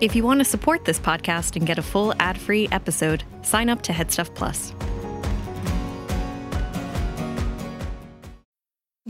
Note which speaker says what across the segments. Speaker 1: If you want to support this podcast and get a full ad free episode, sign up to Headstuff Plus.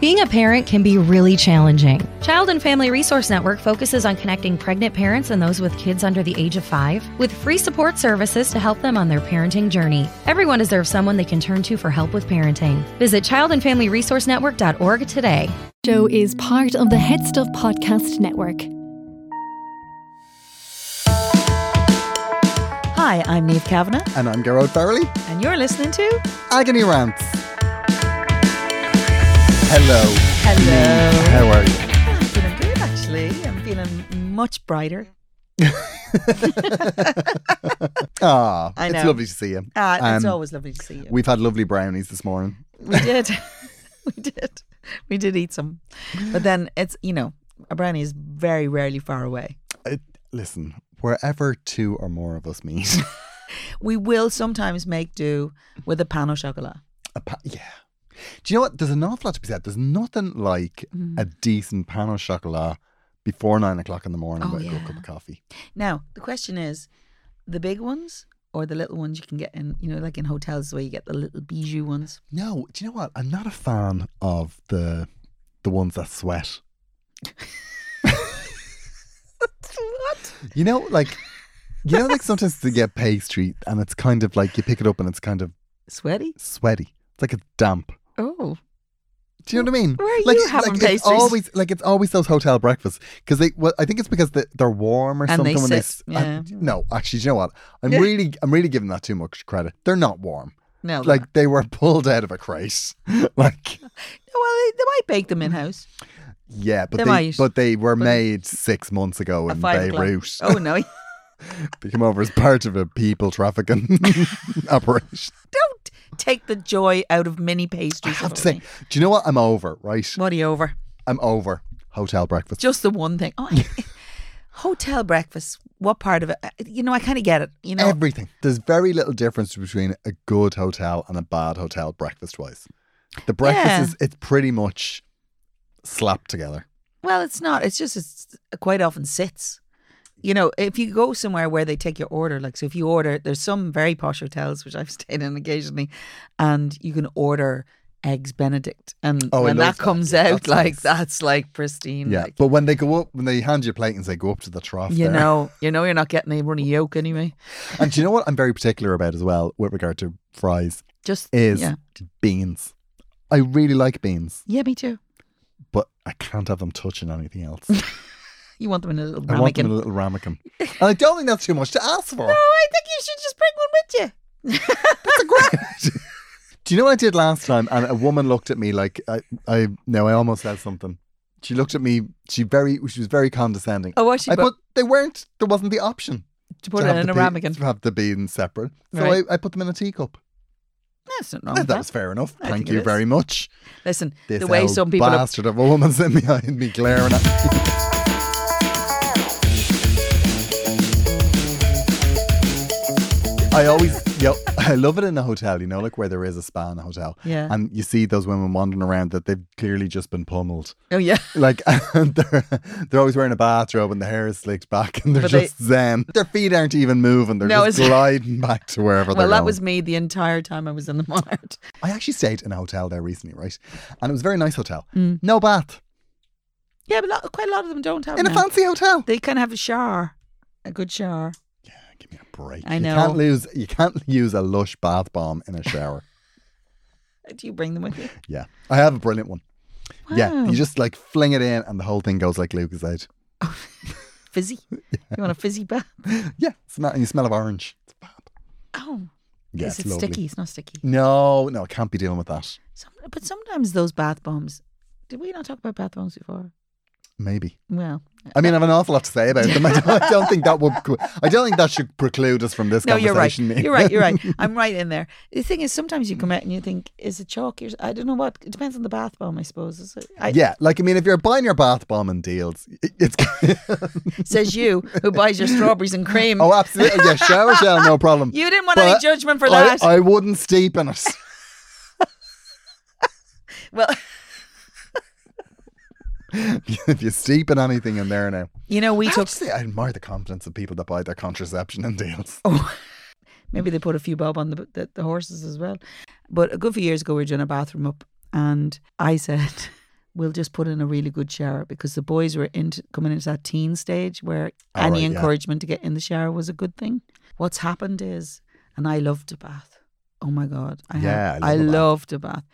Speaker 2: Being a parent can be really challenging. Child and Family Resource Network focuses on connecting pregnant parents and those with kids under the age of five with free support services to help them on their parenting journey. Everyone deserves someone they can turn to for help with parenting. Visit childandfamilyresourcenetwork.org today.
Speaker 3: Show is part of the Head Stuff Podcast Network.
Speaker 4: Hi, I'm Neve Kavanagh,
Speaker 5: And I'm Gerard Farrelly.
Speaker 4: and you're listening to
Speaker 5: Agony Rants. Hello. Hello. How are you?
Speaker 4: I'm feeling good actually. I'm feeling much brighter.
Speaker 5: Ah,
Speaker 4: I
Speaker 5: it's
Speaker 4: know.
Speaker 5: lovely to see you.
Speaker 4: Ah, it's
Speaker 5: Um,
Speaker 4: always lovely to see you.
Speaker 5: We've had lovely brownies this morning.
Speaker 4: We did. we did. We did eat some. But then it's, you know, a brownie is very rarely far away.
Speaker 5: Uh, listen, wherever two or more of us meet,
Speaker 4: We will sometimes make do with a pan au chocolat.
Speaker 5: a pa- yeah. Do you know what? There's an awful lot to be said. There's nothing like
Speaker 4: Mm.
Speaker 5: a decent pan au chocolat before nine o'clock in the morning
Speaker 4: Oh,
Speaker 5: with a good
Speaker 4: yeah.
Speaker 5: cup of coffee.
Speaker 4: Now, the question is the big ones or the little ones you can get in, you know, like in hotels where you get the little bijou ones?
Speaker 5: No, do you know what? I'm not a fan of the the ones that sweat.
Speaker 4: what?
Speaker 5: You know, like you know, like sometimes you get pastry and it's kind of like you pick it up and it's kind of
Speaker 4: Sweaty?
Speaker 5: sweaty. It's like it's damp.
Speaker 4: Oh.
Speaker 5: Do you know what I mean?
Speaker 4: Where are
Speaker 5: like,
Speaker 4: you having
Speaker 5: like It's
Speaker 4: pastries?
Speaker 5: always like it's always those hotel breakfasts because they. Well, I think it's because they, they're warm or
Speaker 4: And they
Speaker 5: something. when they
Speaker 4: sit,
Speaker 5: I-
Speaker 4: yeah.
Speaker 5: no, actually, do you know what? I'm
Speaker 4: Yeah.
Speaker 5: really, I'm really giving that too much credit. They're not warm.
Speaker 4: No. they're not.
Speaker 5: Like they were pulled out of a crate. like
Speaker 4: well, they, they might bake them in house.
Speaker 5: yeah, but
Speaker 4: They
Speaker 5: they,
Speaker 4: might,
Speaker 5: but they were
Speaker 4: but-
Speaker 5: made six months ago
Speaker 4: At
Speaker 5: in
Speaker 4: five o'clock.
Speaker 5: Beirut.
Speaker 4: Oh, no.
Speaker 5: They came over as part of a people trafficking operation.
Speaker 4: Don't take the joy out of mini
Speaker 5: I
Speaker 4: pastries.
Speaker 5: have to
Speaker 4: for me.
Speaker 5: say, do you know what? I'm over. Right,
Speaker 4: What are you over?
Speaker 5: I'm over hotel breakfast.
Speaker 4: Just the one thing. Oh, I- hotel breakfast. What part of it? I- You know, I kind of get it. You know,
Speaker 5: Everything. There's very little difference between a good hotel and a bad hotel breakfast wise. The breakfast
Speaker 4: Yeah.
Speaker 5: is it's pretty much slapped together.
Speaker 4: well, it's not. It's just it's it quite often sits. You know, if you go somewhere where they take your order, like so, if you order, there's some very posh hotels which I've stayed in occasionally, and you can order eggs Benedict, and
Speaker 5: Oh, I
Speaker 4: when
Speaker 5: love
Speaker 4: that
Speaker 5: that.
Speaker 4: comes
Speaker 5: Yeah,
Speaker 4: out,
Speaker 5: that's
Speaker 4: like
Speaker 5: nice.
Speaker 4: that's like pristine.
Speaker 5: Yeah.
Speaker 4: Mm, like,
Speaker 5: But when they go up, when they hand you a plate and say go up to the trough,
Speaker 4: you
Speaker 5: there.
Speaker 4: know, you know, you're not getting a runny yolk anyway.
Speaker 5: And do you know what I'm very particular about as well with regard to fries
Speaker 4: Just
Speaker 5: is
Speaker 4: yeah,
Speaker 5: beans. I really like beans,
Speaker 4: yeah, me too.
Speaker 5: but I can't have them touching anything else.
Speaker 4: You want them in a little
Speaker 5: I want
Speaker 4: ramekin.
Speaker 5: them in a little ramekin. and I don't think that's too much to ask
Speaker 4: No,
Speaker 5: for.
Speaker 4: I think you should just bring one with you.
Speaker 5: Do you know what I did last time? And a woman looked at me like I, I no, I almost said something. She looked at me. She very, she was very condescending.
Speaker 4: Oh, was she?
Speaker 5: I
Speaker 4: But-
Speaker 5: put they weren't. There wasn't the option
Speaker 4: to put
Speaker 5: to
Speaker 4: it
Speaker 5: have
Speaker 4: in
Speaker 5: the
Speaker 4: a
Speaker 5: be-
Speaker 4: ramekin.
Speaker 5: to have the beans separate. So
Speaker 4: Right.
Speaker 5: I, I put them in a teacup.
Speaker 4: That's not wrong.
Speaker 5: Yeah,
Speaker 4: with
Speaker 5: that
Speaker 4: that.
Speaker 5: was fair enough.
Speaker 4: I think
Speaker 5: Thank
Speaker 4: it
Speaker 5: you
Speaker 4: is.
Speaker 5: very much.
Speaker 4: Listen,
Speaker 5: This
Speaker 4: the way
Speaker 5: old
Speaker 4: some people are,
Speaker 5: er bastard of a woman sitting behind me glaring at me. I always, yo, I love it in a hotel, you know, like where there is a spa in a hotel.
Speaker 4: Yeah.
Speaker 5: And you see those women wandering around that they've clearly just been pummeled.
Speaker 4: oh yeah,
Speaker 5: Like, and they're, they're always wearing a bathrobe and the hair is slicked back and they're
Speaker 4: But they-
Speaker 5: just zen. Their feet aren't even moving. They're
Speaker 4: No,
Speaker 5: just
Speaker 4: it's-
Speaker 5: gliding back to wherever they're
Speaker 4: well that
Speaker 5: going.
Speaker 4: was me the entire time I was in the mart.
Speaker 5: I actually stayed in a hotel there recently, right? And it was a very nice hotel.
Speaker 4: Mm.
Speaker 5: No bath.
Speaker 4: Yeah, but lot, quite a lot of them don't have.
Speaker 5: in a
Speaker 4: now.
Speaker 5: fancy hotel.
Speaker 4: they kind of have a shower, a good shower.
Speaker 5: Give me a break.
Speaker 4: I
Speaker 5: You
Speaker 4: know.
Speaker 5: can't lose. You can't use a lush bath bomb in a shower.
Speaker 4: Do you bring them with you?
Speaker 5: yeah, I have a brilliant one. Yeah,
Speaker 4: Wow.
Speaker 5: you just like fling it in, and the whole thing goes like Lucas out.
Speaker 4: Fizzy. You want a fizzy bath?
Speaker 5: Yeah, smell, and you smell of orange. It's fab.
Speaker 4: Oh,
Speaker 5: Yeah,
Speaker 4: is
Speaker 5: it's
Speaker 4: it
Speaker 5: lovely.
Speaker 4: sticky? It's not sticky.
Speaker 5: No, no, I can't be dealing with that.
Speaker 4: Some, but sometimes those bath bombs. Did we not talk about bath bombs before?
Speaker 5: Maybe.
Speaker 4: Well,
Speaker 5: I mean, I have an awful lot to say about them. I don't, I don't think that would. I don't think that should preclude us from this
Speaker 4: no, you're right.
Speaker 5: conversation.
Speaker 4: You're right. You're right. I'm right in there. The thing is, sometimes you come out and you think, is it chalk? Yours? I don't know what. It depends on the bath bomb, I suppose. Is it? I,
Speaker 5: yeah, like I mean, if you're buying your bath bomb and deals, it- it's
Speaker 4: Says you, who buys your strawberries and cream.
Speaker 5: oh, absolutely, yeah, shower gel, no problem.
Speaker 4: you didn't want any
Speaker 5: But
Speaker 4: judgment for
Speaker 5: I-
Speaker 4: that.
Speaker 5: I, wouldn't steep in it.
Speaker 4: well,
Speaker 5: if you steep in anything in there now,
Speaker 4: you know, we
Speaker 5: I,
Speaker 4: took.
Speaker 5: have to say, I admire the confidence of people that buy their contraception and deals.
Speaker 4: Maybe they put a few bob on the, the, the horses as well. But a good few years ago, we were doing a bathroom up, and I said, "We'll just put in a really good shower because the boys were into coming into that teen stage where
Speaker 5: All
Speaker 4: any
Speaker 5: right, yeah.
Speaker 4: encouragement to get in the shower was a good thing." What's happened is, and I loved a bath. Oh my god, I
Speaker 5: Yeah,
Speaker 4: have, I
Speaker 5: I love a bath.
Speaker 4: loved a bath.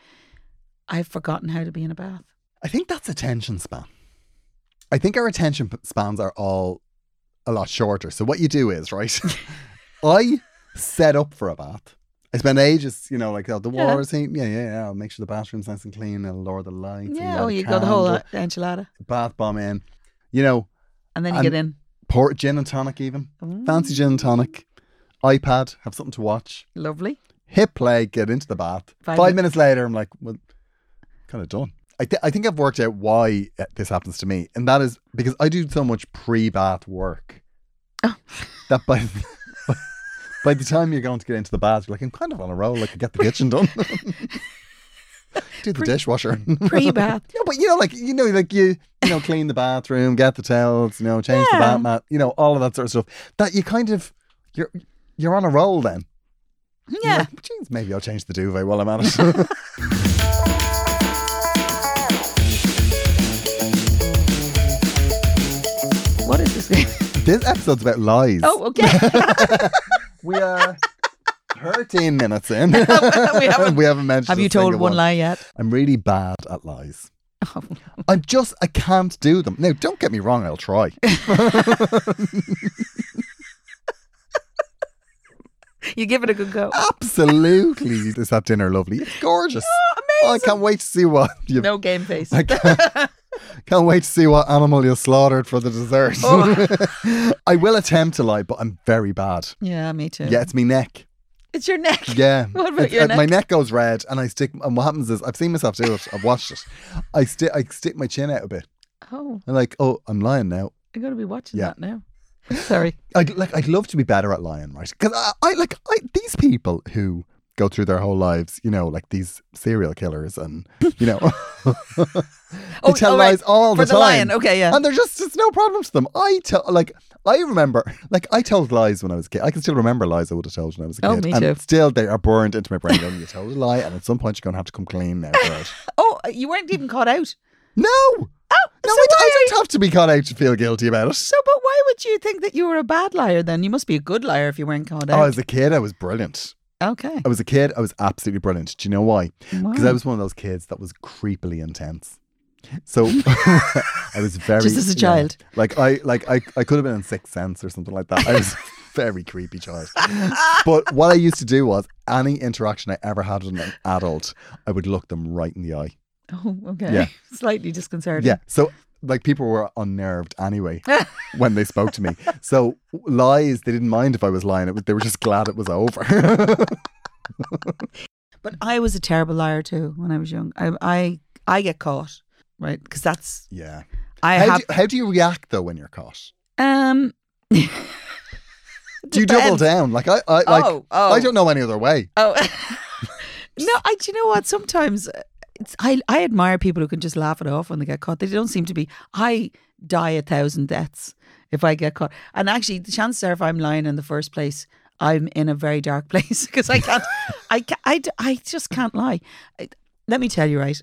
Speaker 4: I've forgotten how to be in a bath.
Speaker 5: I think that's attention span. I think our attention p- spans are all a lot shorter. So what you do is, right? I set up for a bath. I spend ages, you know, like oh, the
Speaker 4: Yeah.
Speaker 5: water's heating. Yeah, yeah, yeah. I'll make sure the bathroom's nice and clean. I'll lower the lights. and light
Speaker 4: yeah, oh,
Speaker 5: a
Speaker 4: you got the whole
Speaker 5: candle,
Speaker 4: enchilada,
Speaker 5: bath bomb in. You know,
Speaker 4: and then you
Speaker 5: And-
Speaker 4: get in.
Speaker 5: pour gin and tonic even. Fancy gin and tonic. iPad, have something to watch.
Speaker 4: Lovely.
Speaker 5: Hit play, get into the bath.
Speaker 4: Five
Speaker 5: Five,
Speaker 4: min-
Speaker 5: minutes later, I'm like, well, kind of done. I, th- I think I've worked out why uh, this happens to me. And that is because I do so much pre bath work Oh. that by, by, the time you're going to get into the bath, you're like, I'm kind of on a roll. Like, I get the kitchen done, do the dishwasher.
Speaker 4: Pre-bath.
Speaker 5: No, but you know, like you know, like you you know, clean the bathroom, get the towels, you know, change the bath mat, you know, all of that sort of stuff. That you kind of you're you're on a roll then. You're
Speaker 4: yeah.
Speaker 5: like, Jeez, maybe I'll change the duvet while I'm at it.
Speaker 4: What is this?
Speaker 5: this episode's about lies.
Speaker 4: oh, okay.
Speaker 5: we are thirteen minutes in.
Speaker 4: We haven't-
Speaker 5: we haven't mentioned.
Speaker 4: Have
Speaker 5: a
Speaker 4: you told
Speaker 5: single
Speaker 4: one lie Oh. yet?
Speaker 5: I'm really bad at lies. I'm just I can't do them. Now, don't get me wrong, I'll try.
Speaker 4: You give it a good go.
Speaker 5: Absolutely. This at dinner lovely. It's gorgeous. I can't wait to see what you
Speaker 4: No game face.
Speaker 5: I can't, can't wait to see what animal you slaughtered for the dessert. I will attempt to lie, but I'm very bad.
Speaker 4: Oh. yeah, me too.
Speaker 5: Yeah, it's me neck.
Speaker 4: It's your neck.
Speaker 5: Yeah,
Speaker 4: What about
Speaker 5: It's-
Speaker 4: your
Speaker 5: uh, my
Speaker 4: neck?
Speaker 5: neck goes red, and I stick. And what happens is, I've seen myself do it. I've watched it. I stick. I stick my chin out a bit.
Speaker 4: Oh,
Speaker 5: I'm like, oh, I'm lying now.
Speaker 4: I'm going to be watching
Speaker 5: Yeah.
Speaker 4: that now. Sorry.
Speaker 5: I'd like I'd love to be better at lying, right? Because I, I like I, these people who go through their whole lives, you know, like these serial killers, and you know, they
Speaker 4: Oh,
Speaker 5: tell
Speaker 4: all right.
Speaker 5: lies all
Speaker 4: For
Speaker 5: the
Speaker 4: the
Speaker 5: time.
Speaker 4: lying, okay, yeah.
Speaker 5: and they're just it's no problem to them. I tell like I remember like I told lies when I was a kid. I can still remember lies I would have told when I was a
Speaker 4: Oh,
Speaker 5: kid,
Speaker 4: me
Speaker 5: and
Speaker 4: too.
Speaker 5: still they are burned into my brain. Going, you told a lie, and at some point you're going to have to come clean now. For it.
Speaker 4: Oh, you weren't even caught out.
Speaker 5: No, no,
Speaker 4: Oh, so
Speaker 5: I, I
Speaker 4: why are
Speaker 5: don't have to be caught out to feel guilty about it.
Speaker 4: So, but why would you think that you were a bad liar then? You must be a good liar if you weren't caught
Speaker 5: Oh,
Speaker 4: out.
Speaker 5: as a kid, I was brilliant.
Speaker 4: okay.
Speaker 5: I was a kid. I was absolutely brilliant. Do you know why? Because
Speaker 4: Wow.
Speaker 5: I was one of those kids that was creepily intense. So I was very
Speaker 4: Just as a
Speaker 5: yeah.
Speaker 4: child.
Speaker 5: like I like I, I could have been in Sixth Sense or something like that. I was a very creepy child. But what I used to do was any interaction I ever had with an adult, I would look them right in the eye.
Speaker 4: Oh, okay.
Speaker 5: Yeah.
Speaker 4: Slightly disconcerting.
Speaker 5: Yeah. So like people were unnerved anyway when they spoke to me. So lies, they didn't mind if I was lying. It was, they were just glad it was over.
Speaker 4: But I was a terrible liar too when I was young. I I, I get caught, right? Because that's
Speaker 5: yeah.
Speaker 4: I
Speaker 5: how,
Speaker 4: have
Speaker 5: do, how do you react though when you're caught?
Speaker 4: um.
Speaker 5: Do you double
Speaker 4: Depends.
Speaker 5: down? Like I, I like
Speaker 4: Oh, oh.
Speaker 5: I don't know any other way.
Speaker 4: Oh no! I do you know what? Sometimes uh, it's, I I admire people who can just laugh it off when they get caught. They don't seem to be. I die a thousand deaths if I get caught. And actually, the chances are, if I'm lying in the first place, I'm in a very dark place because I can't. I can I d- I just can't lie. I, let me tell you, right?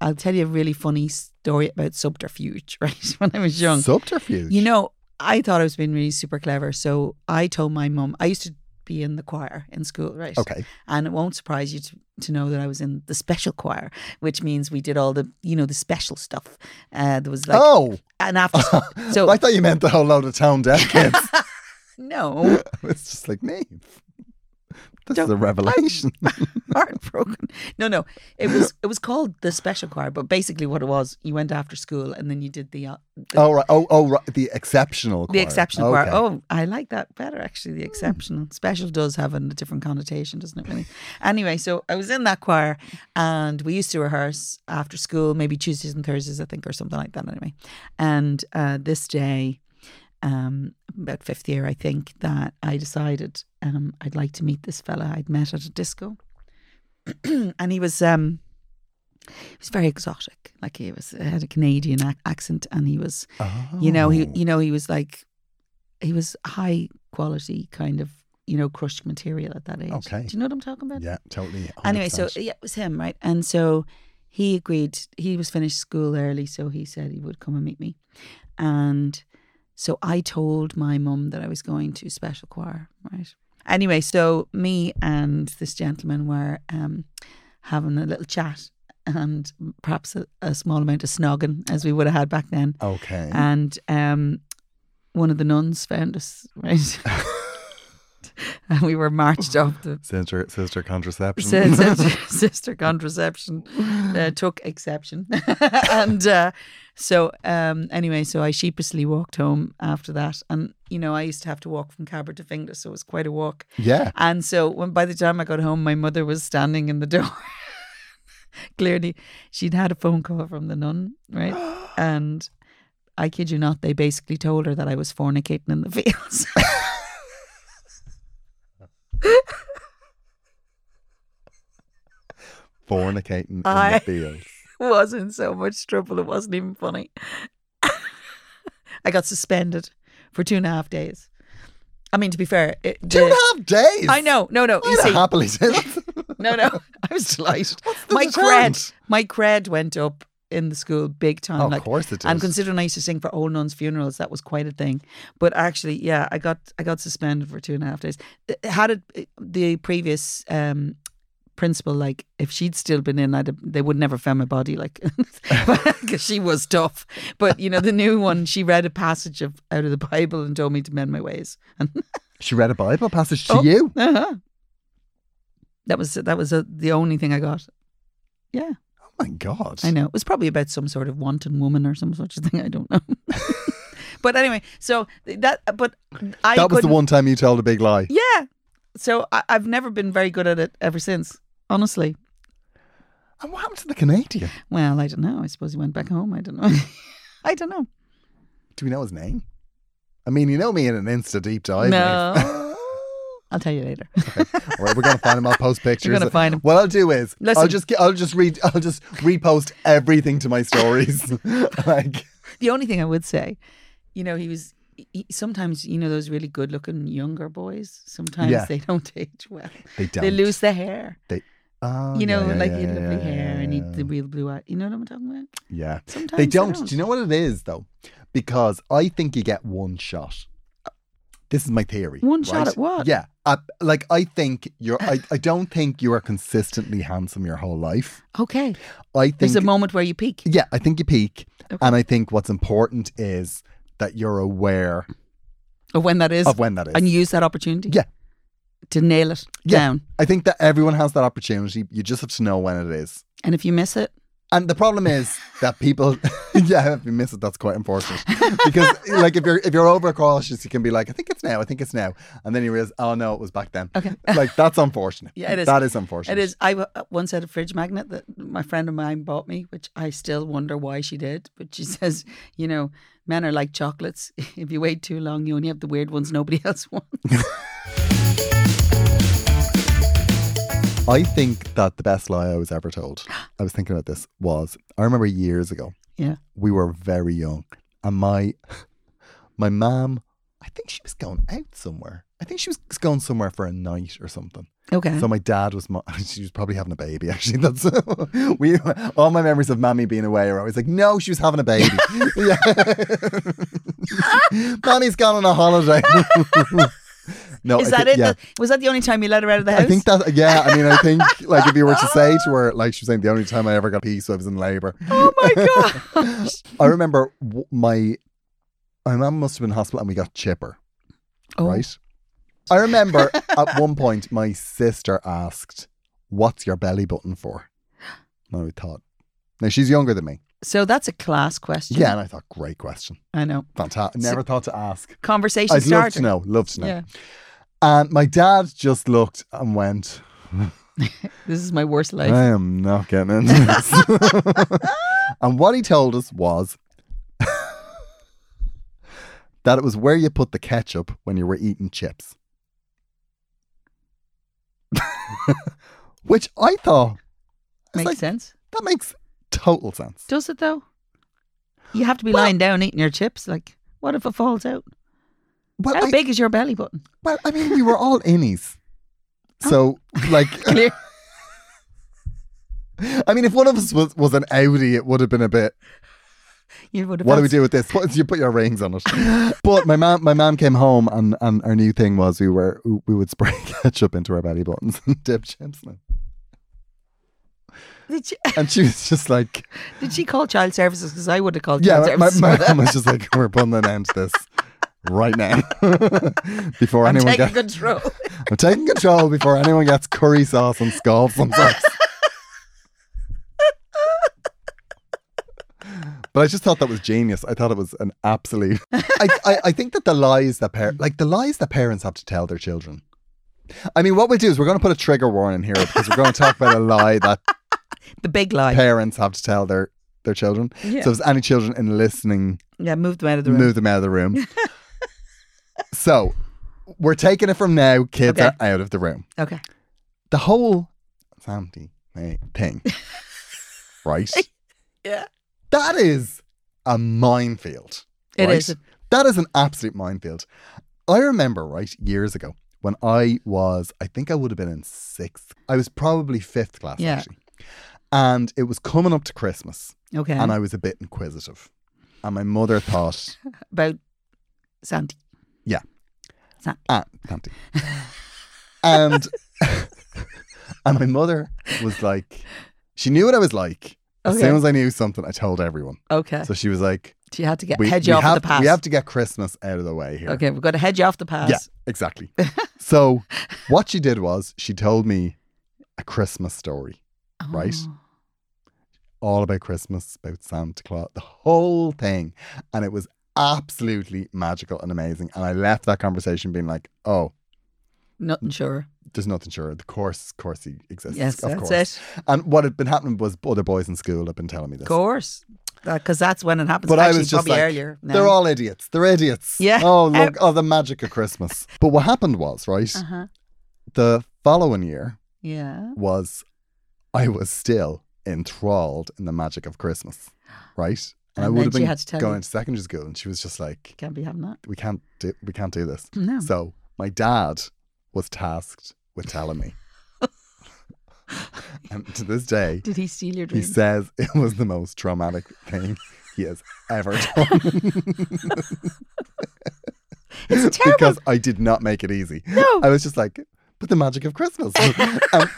Speaker 4: I'll tell you a really funny story about subterfuge. Right when I was young,
Speaker 5: Subterfuge.
Speaker 4: you know, I thought I was being really super clever. So I told my mum, I used to be in the choir in school, right?
Speaker 5: Okay.
Speaker 4: And it won't surprise you to, to know that I was in the special choir, which means we did all the, you know, the special stuff. Uh, there was like,
Speaker 5: oh,
Speaker 4: an after school. So,
Speaker 5: I thought you meant the whole load of town deaf kids.
Speaker 4: no.
Speaker 5: it's just like me. This is a revelation.
Speaker 4: heartbroken. No, no, it was it was called the special choir, but basically what it was, you went after school and then you did the uh, the,
Speaker 5: oh right. Oh oh right. The exceptional.
Speaker 4: the
Speaker 5: choir.
Speaker 4: exceptional choir.
Speaker 5: Okay.
Speaker 4: Oh, I like that better actually. The exceptional special does have a different connotation, doesn't it? Really. anyway, so I was in that choir, and we used to rehearse after school, maybe Tuesdays and Thursdays, I think, or something like that. Anyway, and uh, this day. Um, about fifth year, I think that I decided um, I'd like to meet this fella I'd met at a disco. and he was um he was very exotic like he was had a canadian ac- accent and he was you know he
Speaker 5: Oh.
Speaker 4: you know he was like he was high quality kind of you know crushed material at that age
Speaker 5: Okay.
Speaker 4: do you know what i'm talking about
Speaker 5: Oh. Yeah, totally.
Speaker 4: anyway so
Speaker 5: 100%.
Speaker 4: yeah it was him right and so he agreed he was finished school early so he said he would come and meet me and so i told my mum that i was going to special choir right anyway so me and this gentleman were um, having a little chat and perhaps a, a small amount of snogging as we would have had back then
Speaker 5: okay.
Speaker 4: and um, one of the nuns found us right and we were marched up the
Speaker 5: sister, sister contraception.
Speaker 4: Sis- sister, sister contraception uh, took exception, and uh, so um, anyway, so I sheepishly walked home after that, and you know I used to have to walk from Cabra to Finger, so it was quite a walk.
Speaker 5: yeah.
Speaker 4: And so when by the time I got home, my mother was standing in the door. Clearly, she'd had a phone call from the nun, right? And I kid you not, they basically told her that I was fornicating in the fields.
Speaker 5: Fornicating in
Speaker 4: I-
Speaker 5: the fields.
Speaker 4: was in so much trouble. It wasn't even funny. I got suspended for two and a half days. I mean, to be fair, it,
Speaker 5: Two and
Speaker 4: the-
Speaker 5: a half days.
Speaker 4: I know, no, no. You
Speaker 5: I'd have
Speaker 4: see,
Speaker 5: happily did that.
Speaker 4: no, no. I was delighted.
Speaker 5: the
Speaker 4: my
Speaker 5: deterrent?
Speaker 4: cred, my cred went up in the school big time.
Speaker 5: Oh, of
Speaker 4: like,
Speaker 5: course it
Speaker 4: And
Speaker 5: is.
Speaker 4: considering I used to sing for old nuns' funerals, that was quite a thing. But actually, yeah, I got I got suspended for two and a half days. It- Had it uh, the previous um, principal, like if she'd still been in, I'd have, they would never found my body, like because she was tough. But you know, the new one, she read a passage of out of the Bible and told me to mend my ways. And
Speaker 5: She read a Bible passage to
Speaker 4: Oh.
Speaker 5: you.
Speaker 4: uh-huh. that was that was uh the only thing I got. Yeah.
Speaker 5: Oh my God.
Speaker 4: I know. It was probably about some sort of wanton woman or some such a thing. I don't know. but anyway, so that, but I.
Speaker 5: that was the
Speaker 4: couldn't-
Speaker 5: one time you told a big lie.
Speaker 4: Yeah. So I, I've never been very good at it ever since, honestly.
Speaker 5: And what happened to the Canadian?
Speaker 4: Well, I don't know. I suppose he went back home. I don't know. I don't know.
Speaker 5: Do we know his name? I mean, you know me in an Insta deep dive.
Speaker 4: No. I'll tell you later.
Speaker 5: All right, we're gonna find him. I'll post pictures.
Speaker 4: gonna find him.
Speaker 5: What I'll do is, I'll
Speaker 4: Listen.
Speaker 5: just, I'll just read, I'll just repost everything to my stories. like,
Speaker 4: the only thing I would say, you know, he was. He, sometimes you know those really good-looking younger boys. Sometimes
Speaker 5: Yeah.
Speaker 4: they don't age well.
Speaker 5: They
Speaker 4: They
Speaker 5: don't.
Speaker 4: lose the hair.
Speaker 5: oh,
Speaker 4: you know,
Speaker 5: yeah, yeah,
Speaker 4: like
Speaker 5: yeah,
Speaker 4: he had lovely
Speaker 5: yeah,
Speaker 4: hair
Speaker 5: yeah,
Speaker 4: and he had
Speaker 5: yeah.
Speaker 4: the real blue eye. You know what I'm talking about?
Speaker 5: Yeah.
Speaker 4: Sometimes
Speaker 5: They don't. Do you know what it is though? Because I think you get one shot. This is my theory.
Speaker 4: One shot
Speaker 5: right?
Speaker 4: at what?
Speaker 5: Yeah. Uh, like I think you're. I, I don't think you are consistently handsome your whole life.
Speaker 4: Okay.
Speaker 5: I think
Speaker 4: There's a moment where you peak.
Speaker 5: Yeah, I think you peak, and I think what's important is that you're aware
Speaker 4: Of when that is.
Speaker 5: of when that is.
Speaker 4: And you use that opportunity
Speaker 5: yeah,
Speaker 4: to nail it
Speaker 5: yeah.
Speaker 4: down.
Speaker 5: I think that everyone has that opportunity. You just have to know when it is.
Speaker 4: And if you miss it,
Speaker 5: And the problem is that people, yeah, if you miss it, that's quite unfortunate. Because like if you're if you're overcautious, you can be like, I think it's now, I think it's now, and then you realize, oh no, it was back then. Okay, like that's unfortunate.
Speaker 4: Yeah, it is.
Speaker 5: That is unfortunate.
Speaker 4: it is. I w- once had a fridge magnet that my friend of mine bought me, which I still wonder why she did. But she says, you know, men are like chocolates. If you wait too long, you only have the weird ones nobody else wants.
Speaker 5: I think that the best lie I was ever told. I was thinking about this was I remember years ago.
Speaker 4: Yeah.
Speaker 5: we were very young and my my mom i think she was going out somewhere i think she was going somewhere for a night or something
Speaker 4: Okay.
Speaker 5: so my dad was mo- she was probably having a baby actually that's we all my memories of mammy being away are always like no she was having a baby yeah mammy's gone on a holiday no
Speaker 4: is
Speaker 5: I
Speaker 4: that
Speaker 5: thi-
Speaker 4: it?
Speaker 5: yeah.
Speaker 4: Was that the only time you let her out of the house?
Speaker 5: I think that yeah, I mean I think like if you were to say to her like she was saying the only time I ever got peace I was in labor. Oh my god. I remember w- my my mum must have been in hospital and we got chipper,
Speaker 4: Oh.
Speaker 5: right? I remember at one point, my sister asked, What's your belly button for? And I thought, Now she's younger than me.
Speaker 4: So that's a class question.
Speaker 5: Yeah. And I thought, Great question.
Speaker 4: I know.
Speaker 5: Fantastic.
Speaker 4: So-
Speaker 5: Never thought to ask.
Speaker 4: Conversation
Speaker 5: I'd
Speaker 4: starter.
Speaker 5: love to know. Love to know.
Speaker 4: Yeah.
Speaker 5: And my dad just looked and went,
Speaker 4: This is my worst life.
Speaker 5: I am not getting into this. and what he told us was that it was where you put the ketchup when you were eating chips. Which I thought it's
Speaker 4: Makes
Speaker 5: like,
Speaker 4: sense.
Speaker 5: that makes total sense.
Speaker 4: Does it though? You have to be lying down eating your chips. Like, what if it falls out?
Speaker 5: Well,
Speaker 4: How
Speaker 5: I,
Speaker 4: big is your belly button?
Speaker 5: well, I mean, we were all innies. So, like,
Speaker 4: Clear.
Speaker 5: I mean, if one of us was, was an Audi, it would have been a bit.
Speaker 4: You would have
Speaker 5: what do we
Speaker 4: felt-
Speaker 5: do with this? What, you put your rings on it. but my mom, my mom came home, and, and our new thing was we were we would spray ketchup into our belly buttons and dip chips in. it.
Speaker 4: Did she,
Speaker 5: And she was just like,
Speaker 4: did she call child services? Because I would have called
Speaker 5: "Yeah."
Speaker 4: child
Speaker 5: My,
Speaker 4: services.
Speaker 5: my mom was just like, "We're putting an end to this right now, before
Speaker 4: I'm
Speaker 5: anyone
Speaker 4: taking
Speaker 5: gets
Speaker 4: control.
Speaker 5: I'm taking control before anyone gets curry sauce and scalps themselves." But I just thought that was genius. I thought it was an absolute. I, I, I think that the lies that par- like the lies that parents have to tell their children. I mean, what we'll do is we're going to put a trigger warning here because we're going to talk about a lie that
Speaker 4: the big lie.
Speaker 5: parents have to tell their their children.
Speaker 4: Yeah.
Speaker 5: So if there's any children in listening,
Speaker 4: yeah, move them out of the room.
Speaker 5: move them out of the room. so we're taking it from now. Kids
Speaker 4: Okay.
Speaker 5: are out of the room.
Speaker 4: Okay.
Speaker 5: The whole Sandy mate, thing, right?
Speaker 4: Yeah.
Speaker 5: That is a minefield.
Speaker 4: It
Speaker 5: right?
Speaker 4: is.
Speaker 5: That is an absolute minefield. I remember, right, years ago when I was, I think I would have been in sixth. I was probably fifth class,
Speaker 4: Yeah.
Speaker 5: actually. And it was coming up to Christmas,
Speaker 4: Okay.
Speaker 5: and I was a bit inquisitive. And my mother thought,
Speaker 4: About Sandy.
Speaker 5: Yeah.
Speaker 4: Sandy.
Speaker 5: ah, Santi. and, and my mother was like, she knew what I was like. As
Speaker 4: Okay.
Speaker 5: soon as I knew something, I told everyone.
Speaker 4: Okay.
Speaker 5: So she was like,
Speaker 4: So you had to get
Speaker 5: we,
Speaker 4: hedge
Speaker 5: we
Speaker 4: off
Speaker 5: have,
Speaker 4: the pass.
Speaker 5: we have to get Christmas out of the way here.
Speaker 4: Okay, we've got to hedge off the pass.
Speaker 5: Yeah, exactly. so what she did was she told me a Christmas story, right?
Speaker 4: Oh.
Speaker 5: All about Christmas, about Santa Claus, the whole thing. And it was absolutely magical and amazing. And I left that conversation being like, oh,
Speaker 4: Nothing sure.
Speaker 5: there's nothing sure. The course, course he exists.
Speaker 4: Yes,
Speaker 5: of
Speaker 4: that's
Speaker 5: course.
Speaker 4: it.
Speaker 5: And what had been happening was other boys in school had been telling me this.
Speaker 4: Of course. Because that's when it happens.
Speaker 5: But
Speaker 4: Actually,
Speaker 5: I was just
Speaker 4: probably
Speaker 5: like,
Speaker 4: earlier. now.
Speaker 5: they're all idiots. They're idiots.
Speaker 4: Yeah.
Speaker 5: Oh, look, oh, the magic of Christmas. But what happened was, right?
Speaker 4: Uh-huh.
Speaker 5: The following year
Speaker 4: Yeah.
Speaker 5: was I was still enthralled in the magic of Christmas, right?
Speaker 4: And
Speaker 5: I
Speaker 4: then
Speaker 5: would have
Speaker 4: she
Speaker 5: been
Speaker 4: had to tell
Speaker 5: going
Speaker 4: you.
Speaker 5: to secondary school, and she was just like,
Speaker 4: Can't be having that.
Speaker 5: "We can't do, we can't do this."
Speaker 4: No.
Speaker 5: So my dad was tasked with telling me, and to this day,
Speaker 4: Did he steal your
Speaker 5: he
Speaker 4: dream?
Speaker 5: says it was the most traumatic thing he has ever done.
Speaker 4: It's terrible.
Speaker 5: Because I did not make it easy.
Speaker 4: No.
Speaker 5: I was just like, but the magic of Christmas. and,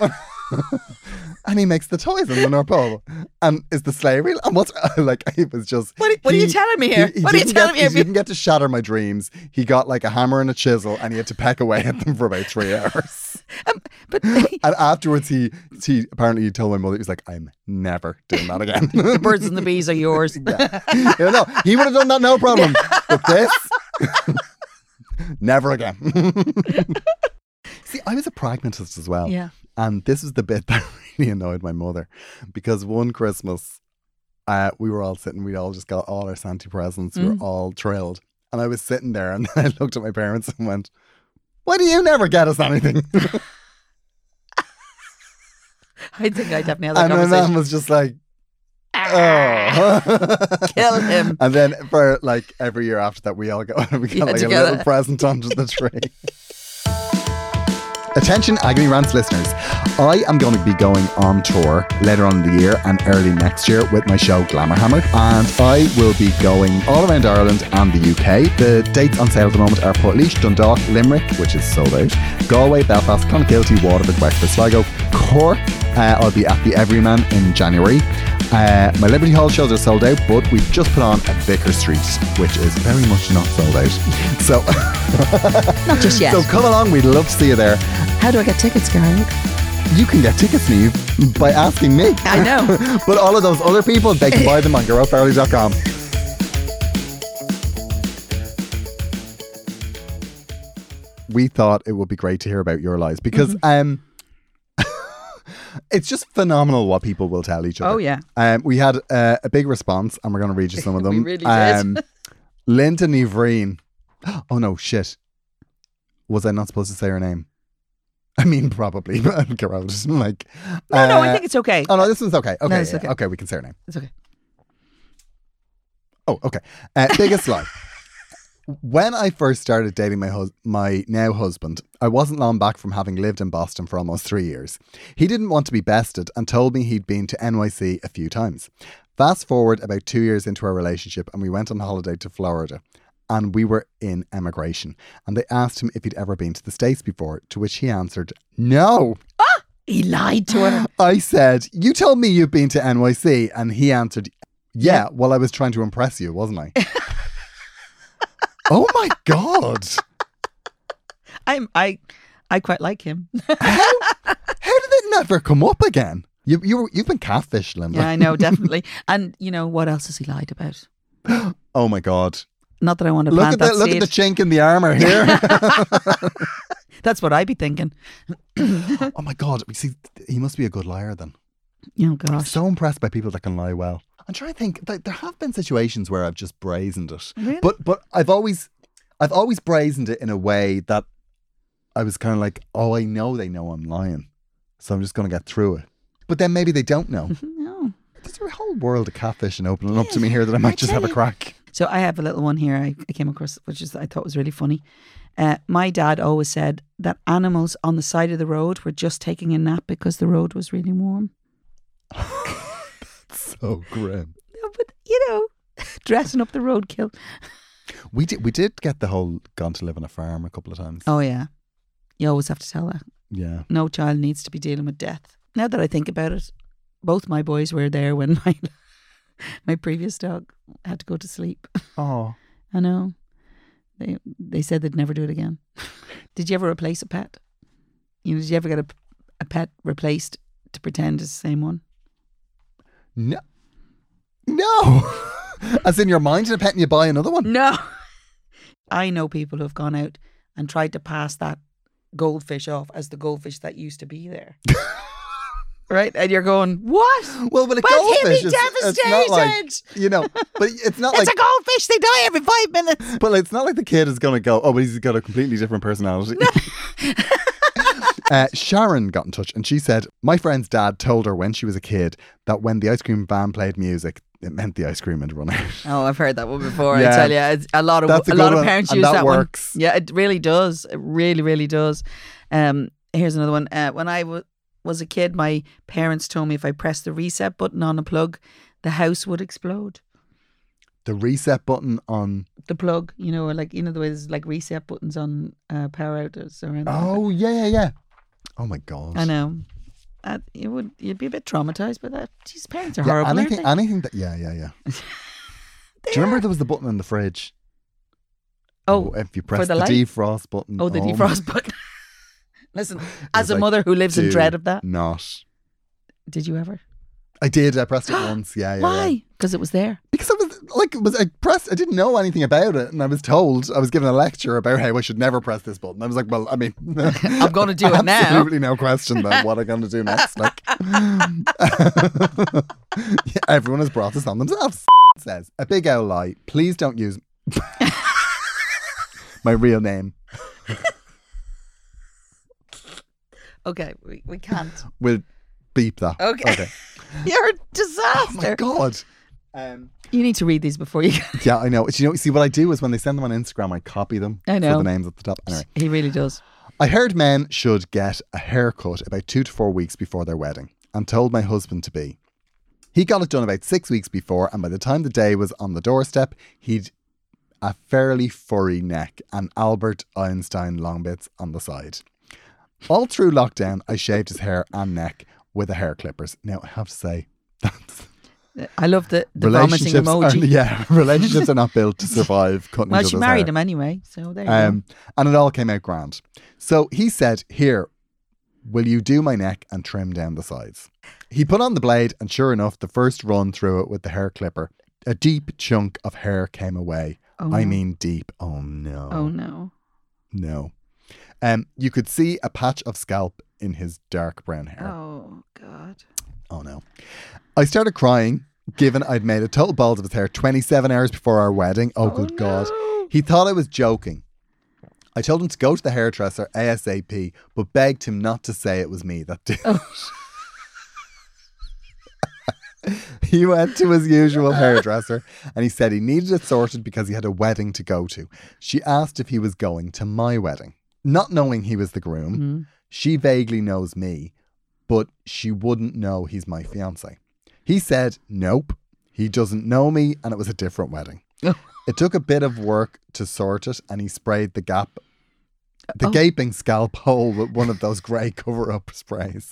Speaker 5: and he makes the toys in the North Pole. And is the sleigh real? And what's like, it was just.
Speaker 4: What- what are you telling me here? What are you
Speaker 5: didn't
Speaker 4: telling
Speaker 5: get,
Speaker 4: me?
Speaker 5: He didn't get to shatter my dreams. He got like a hammer and a chisel and he had to peck away at them for about three hours.
Speaker 4: but
Speaker 5: And afterwards, he, he apparently he told my mother, he was like, I'm never doing that again.
Speaker 4: the birds and the bees are yours.
Speaker 5: Yeah. yeah, no, he would have done that, no problem. But this, never again. See, I was a pragmatist as well.
Speaker 4: Yeah.
Speaker 5: And this was the bit that really annoyed my mother because one Christmas, uh, we were all sitting, we all just got all our Santa presents, we were all thrilled. And I was sitting there and then I looked at my parents and went, Why do you never get us anything?
Speaker 4: I think I definitely had that
Speaker 5: and my
Speaker 4: conversation.
Speaker 5: mum
Speaker 4: Ah,
Speaker 5: was just like, Oh.
Speaker 4: Kill him.
Speaker 5: And then for like every year after that, we all go we got
Speaker 4: Yeah,
Speaker 5: like
Speaker 4: together.
Speaker 5: a little present under the tree. Attention, Agony Rants listeners. I am going to be going on tour later on in the year and early next year with my show Glamour Hammer. And I will be going all around Ireland and the UK. The dates on sale at the moment are Portlaoise, Dundalk, Limerick, which is sold out, Galway, Belfast, Clonakilty, Waterford, Wexford, Sligo, Cork. Uh, I'll be at the Everyman in January. Uh, my Liberty Hall shows are sold out, but we've just put on at Vicker Street, which is very much not sold out. So,
Speaker 4: Not just yet.
Speaker 5: so come along. We'd love to see you there.
Speaker 4: How do I get tickets, Garlic?
Speaker 5: You can get tickets, Neve, by asking me.
Speaker 4: I know.
Speaker 5: But all of those other people, they can buy them on GarotFarley.com. We thought it would be great to hear about your lives because
Speaker 4: Mm-hmm.
Speaker 5: um, it's just phenomenal what people will tell each other.
Speaker 4: Oh, yeah.
Speaker 5: Um, we had uh, a big response, and we're going to read you some of them. Um,
Speaker 4: really did.
Speaker 5: Linda Nevereen. Oh no, shit. Was I not supposed to say her name? I mean, probably. but I don't care, I was just like,
Speaker 4: No, no, I
Speaker 5: uh,
Speaker 4: think it's okay.
Speaker 5: Oh no, this one's okay. Okay,
Speaker 4: it's
Speaker 5: yeah,
Speaker 4: okay.
Speaker 5: okay. we can say her name.
Speaker 4: It's okay.
Speaker 5: Oh, okay. Uh, biggest lie. When I first started dating my hus- my now husband, I wasn't long back from having lived in Boston for almost three years. He didn't want to be bested and told me he'd been to NYC a few times. Fast forward about two years into our relationship, and we went on holiday to Florida, and we were in emigration. And they asked him if he'd ever been to the States before, to which he answered, "No."
Speaker 4: He lied to her.
Speaker 5: I said, You told me you've been to NYC. And he answered, Yeah, well, I was trying to impress you, wasn't I? oh my God.
Speaker 4: I'm I I quite like him.
Speaker 5: How did it never come up again? You, you, were- you've been catfished, Linda.
Speaker 4: yeah, I know, definitely. And you know, what else has he lied about?
Speaker 5: Oh my God.
Speaker 4: Not that I want to
Speaker 5: Look
Speaker 4: plant
Speaker 5: at, the,
Speaker 4: that
Speaker 5: look at
Speaker 4: seed.
Speaker 5: the chink in the armor here.
Speaker 4: That's what I'd be thinking.
Speaker 5: oh my God. We see, he must be a good liar then.
Speaker 4: Oh
Speaker 5: I'm
Speaker 4: gosh.
Speaker 5: so impressed by people that can lie well. I'm trying to think. Like, there have been situations where I've just brazened it, but but I've always, I've always brazened it in a way that I was kind of like, oh, I know they know I'm lying, so I'm just going to get through it. But then maybe they don't know.
Speaker 4: No.
Speaker 5: There's a whole world of catfishing opening up to me here that I might just have a crack.
Speaker 4: So I have a little one here I, I came across, which is I thought was really funny. Uh, my dad always said that animals on the side of the road were just taking a nap because the road was really warm.
Speaker 5: So grim.
Speaker 4: Yeah, But you know, dressing up the roadkill.
Speaker 5: We did we did get the whole gone to live on a farm a couple of times.
Speaker 4: Oh yeah, you always have to tell that.
Speaker 5: Yeah.
Speaker 4: No child needs to be dealing with death. Now that I think about it, both my boys were there when my my previous dog had to go to sleep.
Speaker 5: Oh.
Speaker 4: I know. They they said they'd never do it again. did you ever replace a pet? You know, did you ever get a, a pet replaced to pretend it's the same one?
Speaker 5: No. No. As in your mind and a pet and you buy another one.
Speaker 4: No. I know people who've gone out and tried to pass that goldfish off as the goldfish that used to be there. right? And you're going, what?
Speaker 5: Well, with a
Speaker 4: But he'll be
Speaker 5: goldfish, it's, it's not like
Speaker 4: devastated.
Speaker 5: you know, but it's not
Speaker 4: it's
Speaker 5: like.
Speaker 4: a goldfish. They die every five minutes.
Speaker 5: but it's not like the kid is going to go. Oh, but he's got a completely different personality. Uh, Sharon got in touch and she said, My friend's dad told her when she was a kid that when the ice cream van played music, it meant the ice cream had run out.
Speaker 4: Oh, I've heard that one before.
Speaker 5: Yeah.
Speaker 4: I tell you, it's a lot of
Speaker 5: That's
Speaker 4: a,
Speaker 5: a
Speaker 4: lot
Speaker 5: good
Speaker 4: of
Speaker 5: one,
Speaker 4: parents
Speaker 5: and
Speaker 4: use
Speaker 5: that
Speaker 4: that, one.
Speaker 5: works.
Speaker 4: Yeah, it really does. It really, really does. Um, here's another one. Uh, when I wa was a kid, my parents told me if I pressed the reset button on a plug, the house would explode.
Speaker 5: The reset button on.
Speaker 4: The plug, you know, like you know the way there's like reset buttons on uh, power outers around.
Speaker 5: Oh yeah, yeah, yeah. Oh my god.
Speaker 4: I know. Uh, you would you'd be a bit traumatized by that. These parents are
Speaker 5: Yeah,
Speaker 4: horrible.
Speaker 5: anything,
Speaker 4: aren't
Speaker 5: anything that. Yeah, yeah, yeah. Do you remember there was the button in the fridge?
Speaker 4: they? Oh,
Speaker 5: if you press
Speaker 4: the
Speaker 5: the,
Speaker 4: light?
Speaker 5: defrost button.
Speaker 4: oh, the
Speaker 5: my
Speaker 4: defrost button. Listen, as a
Speaker 5: like,
Speaker 4: mother who lives in
Speaker 5: do
Speaker 4: dread of that,
Speaker 5: Not.
Speaker 4: did you ever?
Speaker 5: I did. I pressed it once. Yeah, yeah. yeah.
Speaker 4: Why? Because it was there.
Speaker 5: Because I was like, it was I pressed? I didn't know anything about it, and I was told I was given a lecture about how I should never press this button. I was like, well, I mean,
Speaker 4: I'm going to do it now.
Speaker 5: Absolutely no question then what I'm going to do next. Like, Yeah, everyone has brought this on themselves. Says a big owl lie. Please don't use my real name.
Speaker 4: Okay, we, we can't.
Speaker 5: We'll beep that.
Speaker 4: Okay. You're a disaster.
Speaker 5: Oh my god. Um,
Speaker 4: You need to read these before you.
Speaker 5: yeah, I know. Do You know, see what I do is when they send them on Instagram, I copy them.
Speaker 4: I
Speaker 5: For
Speaker 4: know.
Speaker 5: the names at the top. Anyway.
Speaker 4: he really does.
Speaker 5: I heard men should get a haircut about two to four weeks before their wedding and told my husband to be. He got it done about six weeks before, and by the time the day was on the doorstep, he'd a fairly furry neck and Albert Einstein long bits on the side. All through lockdown, I shaved his hair and neck with a hair clippers. Now, I have to say, that's
Speaker 4: I love the, the vomiting
Speaker 5: relationships are,
Speaker 4: emoji.
Speaker 5: yeah, relationships are not built to survive cutting
Speaker 4: Well,
Speaker 5: each
Speaker 4: she
Speaker 5: other's
Speaker 4: married
Speaker 5: hair.
Speaker 4: him anyway, so there you
Speaker 5: Um, and it all came out grand. So he said, Here, will you do my neck and trim down the sides? He put on the blade, and sure enough, the first run through it with the hair clipper, a deep chunk of hair came away.
Speaker 4: Oh,
Speaker 5: I
Speaker 4: no.
Speaker 5: mean, deep. Oh, no.
Speaker 4: go. Oh no.
Speaker 5: No. Um, you could see a patch of scalp in his dark brown hair.
Speaker 4: Oh god.
Speaker 5: Oh no. I started crying, given I'd made a total balls of his hair 27 hours before our wedding. Oh, good God. He thought I was joking. I told him to go to the hairdresser ASAP, but begged him not to say it was me that did. it. he went to his usual hairdresser and he said he needed it sorted because he had a wedding to go to. She asked if he was going to my wedding. Not knowing he was the groom, she vaguely knows me, but she wouldn't know he's my fiance. He said, Nope, he doesn't know me, and it was a different wedding. it took a bit of work to sort it, and he sprayed the gap,
Speaker 4: Oh.
Speaker 5: the gaping scalp hole with one of those grey cover up sprays,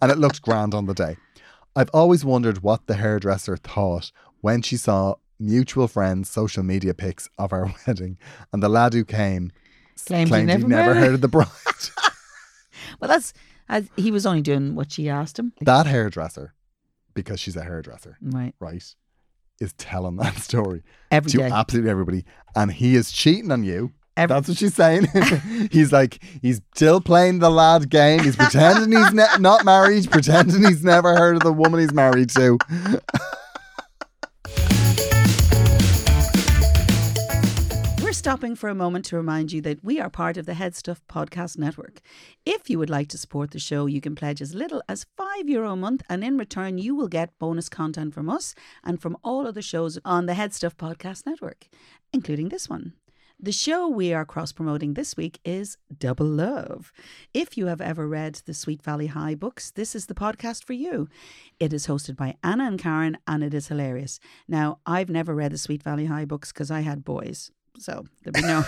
Speaker 5: and it looked grand on the day. I've always wondered what the hairdresser thought when she saw mutual friends' social media pics of our wedding, and the lad who came
Speaker 4: Claimed he never
Speaker 5: never
Speaker 4: married.
Speaker 5: heard of the bride.
Speaker 4: Well, that's as he was only doing what she asked him.
Speaker 5: that hairdresser, because she's a hairdresser,
Speaker 4: Right.
Speaker 5: right, is telling that story
Speaker 4: Every
Speaker 5: to
Speaker 4: day.
Speaker 5: absolutely everybody, and he is cheating on you.
Speaker 4: Every-
Speaker 5: That's what she's saying. he's like, he's still playing the lad game. He's pretending he's ne- not married, pretending he's never heard of the woman he's married to.
Speaker 4: We're stopping for a moment to remind you that we are part of the Head Stuff Podcast Network. If you would like to support the show, you can pledge as little as €5 Euro a month, and in return, you will get bonus content from us and from all other shows on the Head Stuff Podcast Network, including this one. The show we are cross promoting this week is Double Love. If you have ever read the Sweet Valley High books, this is the podcast for you. It is hosted by Anna and Karen, and it is hilarious. Now, I've never read the Sweet Valley High books because I had boys. So there'd be no,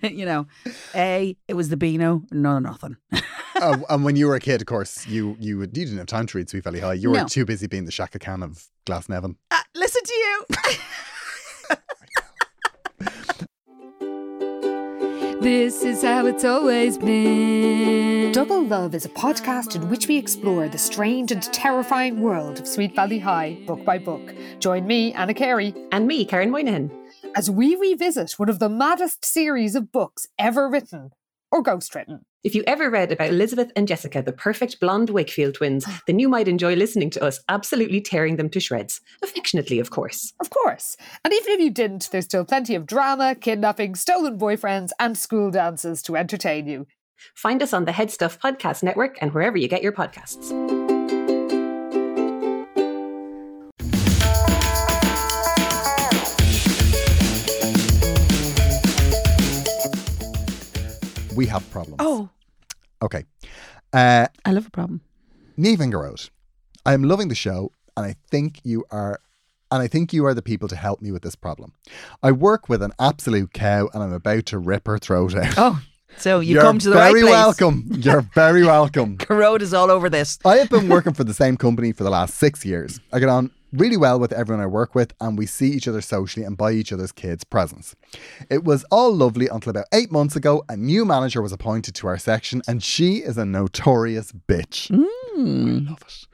Speaker 4: you know, A, it was the Beano, no, nothing.
Speaker 5: Uh, and when you were a kid, of course, you you, would, you didn't have time to read Sweet Valley High. You were
Speaker 4: No.
Speaker 5: too busy being the Shaka Khan of Glasnevin.
Speaker 4: Ah, listen to you.
Speaker 3: This is how it's always been.
Speaker 6: Double Love is a podcast in which we explore the strained and terrifying world of Sweet Valley High, book by book. Join me, Anna Carey,
Speaker 7: And me, Karen Moynihan.
Speaker 6: as we revisit one of the maddest series of books ever written or ghostwritten.
Speaker 7: If you ever read about Elizabeth and Jessica, the perfect blonde Wakefield twins, then you might enjoy listening to us absolutely tearing them to shreds. Affectionately, of course.
Speaker 6: Of course. And even if you didn't, there's still plenty of drama, kidnapping, stolen boyfriends, and school dances to entertain you.
Speaker 7: Find us on the Head Stuff Podcast Network and wherever you get your podcasts.
Speaker 5: We have problems.
Speaker 4: Oh,
Speaker 5: Okay. Uh,
Speaker 4: I love a problem.
Speaker 5: Neven Garrod, I am loving the show, and I think you are, and I think you are the people to help me with this problem. I work with an absolute cow, and I'm about to rip her throat out.
Speaker 4: Oh, so you
Speaker 5: You're
Speaker 4: come to the right
Speaker 5: very
Speaker 4: place.
Speaker 5: welcome. You're very welcome.
Speaker 4: Corrode is all over this.
Speaker 5: I have been working for the same company for the last six years. I get on really well with everyone I work with, and we see each other socially and buy each other's kids presents. It was all lovely until about eight months ago, a new manager was appointed to our section, and she is a notorious bitch. I
Speaker 4: Hmm.
Speaker 5: love it.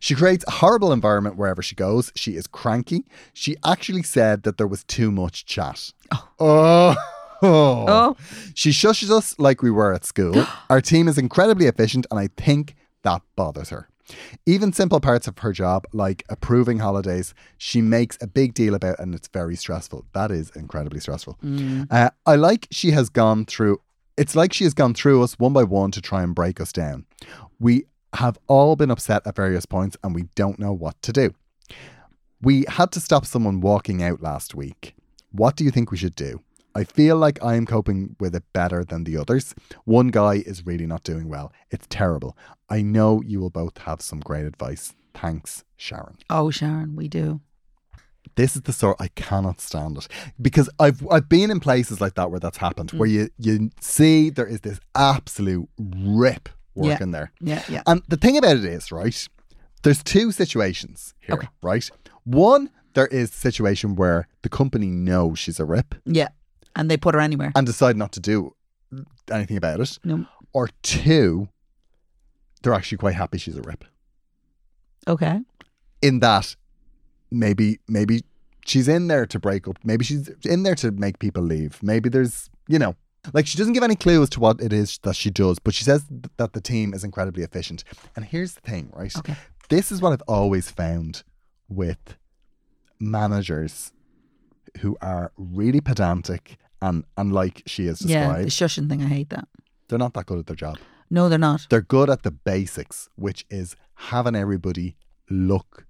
Speaker 5: She creates a horrible environment wherever she goes. She is cranky. She actually said that there was too much chat. Oh.
Speaker 4: Oh.
Speaker 5: She shushes us like we were at school. Our team is incredibly efficient, and I think that bothers her. Even simple parts of her job, like approving holidays, she makes a big deal about, and it's very stressful. That is incredibly stressful. Uh, I like she has gone through. It's like she has gone through us one by one to try and break us down. We have all been upset at various points, and we don't know what to do. We had to stop someone walking out last week. What do you think we should do? I feel like I am coping with it better than the others. One guy is really not doing well. It's terrible. I know you will both have some great advice. Thanks, Sharon.
Speaker 4: Oh, Sharon, we do.
Speaker 5: This is the sort I cannot stand it because I've I've been in places like that where that's happened, where you you see there is this absolute rip
Speaker 4: Yeah.
Speaker 5: working there. Um,
Speaker 4: Yeah, yeah.
Speaker 5: And the thing about it is, right? There's two situations here, right? One, there is the situation where the company knows she's a rip
Speaker 4: Yeah. And they put her anywhere.
Speaker 5: and decide not to do anything about it.
Speaker 4: No.
Speaker 5: Or two, they're actually quite happy she's a rip.
Speaker 4: Okay.
Speaker 5: in that maybe maybe she's in there to break up maybe she's in there to make people leave maybe there's you know like she doesn't give any clue as to what it is that she does but she says th- that the team is incredibly efficient and here's the thing right
Speaker 4: Okay.
Speaker 5: this is what i've always found with managers who are really pedantic and and like she has
Speaker 4: Yeah.
Speaker 5: described
Speaker 4: The shushing thing. I hate that.
Speaker 5: they're not that good at their job
Speaker 4: No, they're not.
Speaker 5: they're good at the basics which is having everybody look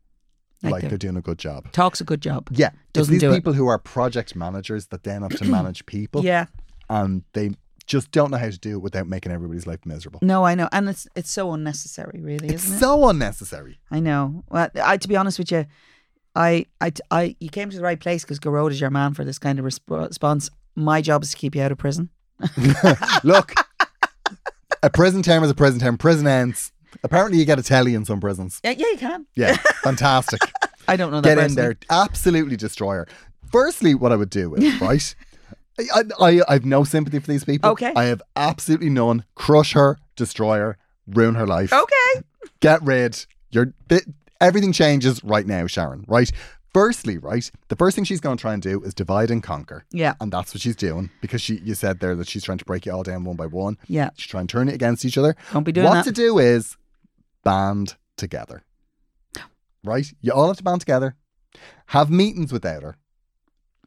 Speaker 4: Like
Speaker 5: like
Speaker 4: they're-
Speaker 5: they're doing a good job
Speaker 4: Talk's a good job.
Speaker 5: yeah,
Speaker 4: Doesn't
Speaker 5: it's these
Speaker 4: do it.
Speaker 5: people who are project managers that then have to manage people.
Speaker 4: Yeah.
Speaker 5: and they just don't know how to do it without making everybody's life miserable.
Speaker 4: No, I know. And it's it's so unnecessary, really,
Speaker 5: It's
Speaker 4: isn't it?
Speaker 5: so unnecessary.
Speaker 4: I know. Well, I to be honest with you, I I I you came to the right place because Garode is your man for this kind of resp- response. My job is to keep you out of prison.
Speaker 5: Look, a prison term is a prison term. Prison ends. Apparently, you get a telly in some prisons.
Speaker 4: Yeah, yeah, you can.
Speaker 5: Yeah, fantastic.
Speaker 4: I don't know that
Speaker 5: get in
Speaker 4: personally.
Speaker 5: there, absolutely destroy her. Firstly, what I would do is right. I, I I have no sympathy for these people.
Speaker 4: Okay.
Speaker 5: I have absolutely none. Crush her, destroy her, ruin her life.
Speaker 4: Okay.
Speaker 5: get rid. You're th- everything changes right now, Sharon. Right. Firstly, right, the first thing she's going to try and do is divide and conquer,
Speaker 4: Yeah.
Speaker 5: and that's what she's doing because she you said there that she's trying to break it all down one by one.
Speaker 4: Yeah.
Speaker 5: She's trying to turn it against each other.
Speaker 4: Don't be doing
Speaker 5: what
Speaker 4: that.
Speaker 5: to do is band together. Right, you all have to band together. Have meetings without her.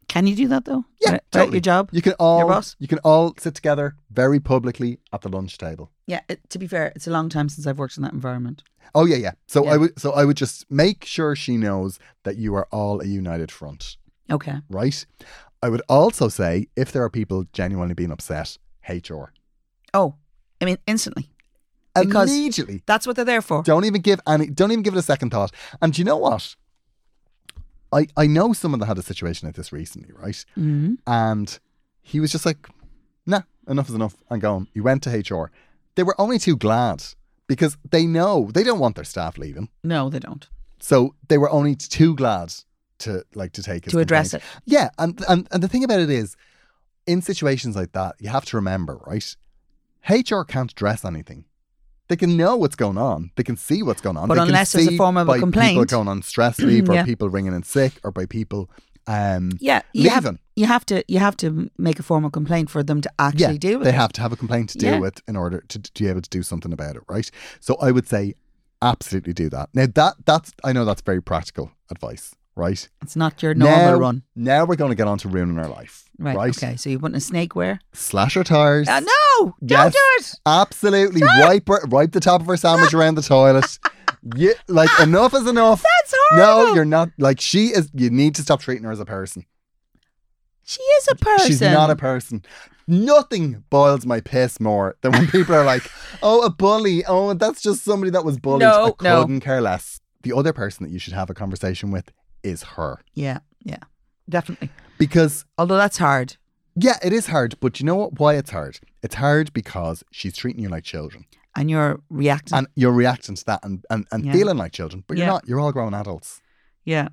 Speaker 4: Can you do that though? Right-
Speaker 5: Yeah,
Speaker 4: right,
Speaker 5: totally.
Speaker 4: your job.
Speaker 5: You can all
Speaker 4: boss.
Speaker 5: you can all sit together very publicly at the lunch table.
Speaker 4: Yeah. It, to be fair, it's a long time since I've worked in that environment.
Speaker 5: Oh yeah, yeah. So
Speaker 4: Yeah.
Speaker 5: I would so I would just make sure she knows that you are all a united front.
Speaker 4: Okay.
Speaker 5: right? I would also say if there are people genuinely being upset, HR.
Speaker 4: Oh, I mean, instantly. Because-
Speaker 5: Immediately.
Speaker 4: That's what they're there for.
Speaker 5: Don't even give any don't even give it a second thought. And do you know what? I I know someone that had a situation like this recently, right?
Speaker 4: Mhm.
Speaker 5: And he was just like, nah, enough is enough. I'm going. He went to HR. They were only too glad because they know they don't want their staff leaving.
Speaker 4: No, they don't.
Speaker 5: So they were only too glad to like to take his
Speaker 4: To address
Speaker 5: complaint.
Speaker 4: it.
Speaker 5: Yeah, and, and and the thing about it is, in situations like that, you have to remember, right? HR can't dress anything. They can know what's going on. They can see what's going on.
Speaker 4: But
Speaker 5: They can
Speaker 4: unless there's a
Speaker 5: see
Speaker 4: form of a
Speaker 5: by people
Speaker 4: complaint-
Speaker 5: going on stress leave, or
Speaker 4: Yeah.
Speaker 5: people ringing in sick, or by people, um,
Speaker 4: Yeah. You
Speaker 5: leaving.
Speaker 4: have you have to you have to make a formal complaint for them to actually
Speaker 5: yeah,
Speaker 4: deal with
Speaker 5: they
Speaker 4: it.
Speaker 5: have to have a complaint to deal
Speaker 4: Yeah.
Speaker 5: with in order to, to be able to do something about it, right? So I would say, absolutely do that. Now that that's I know that's very practical advice, right?
Speaker 4: It's not your normal
Speaker 5: now,
Speaker 4: run.
Speaker 5: Now we're going to get on to ruining our life.
Speaker 4: Right.
Speaker 5: Right.
Speaker 4: Okay. So you put in a snake where?
Speaker 5: Slash her tires.
Speaker 4: Uh, no! Don't
Speaker 5: Yes.
Speaker 4: do it!
Speaker 5: Absolutely. Wipe her, wipe the top of her sandwich around the toilet. Yeah, like enough is enough.
Speaker 4: That's
Speaker 5: No,
Speaker 4: horrible.
Speaker 5: you're not. Like she is. You need to stop treating her as a person.
Speaker 4: She is a person.
Speaker 5: She's not a person. Nothing boils my piss more than when people are like, "Oh, a bully. Oh, that's just somebody that was bullied."
Speaker 4: No,
Speaker 5: I
Speaker 4: no.
Speaker 5: couldn't care less. The other person that you should have a conversation with is her,
Speaker 4: Yeah. Yeah. Definitely.
Speaker 5: because
Speaker 4: Although that's hard.
Speaker 5: Yeah, it is hard, but you know what? Why it's hard? It's hard because she's treating you like children,
Speaker 4: And you're reacting.
Speaker 5: and you're reacting to that and and, and
Speaker 4: Yeah.
Speaker 5: feeling like children, but
Speaker 4: Yeah.
Speaker 5: you're not. You're all grown adults.
Speaker 4: yeah.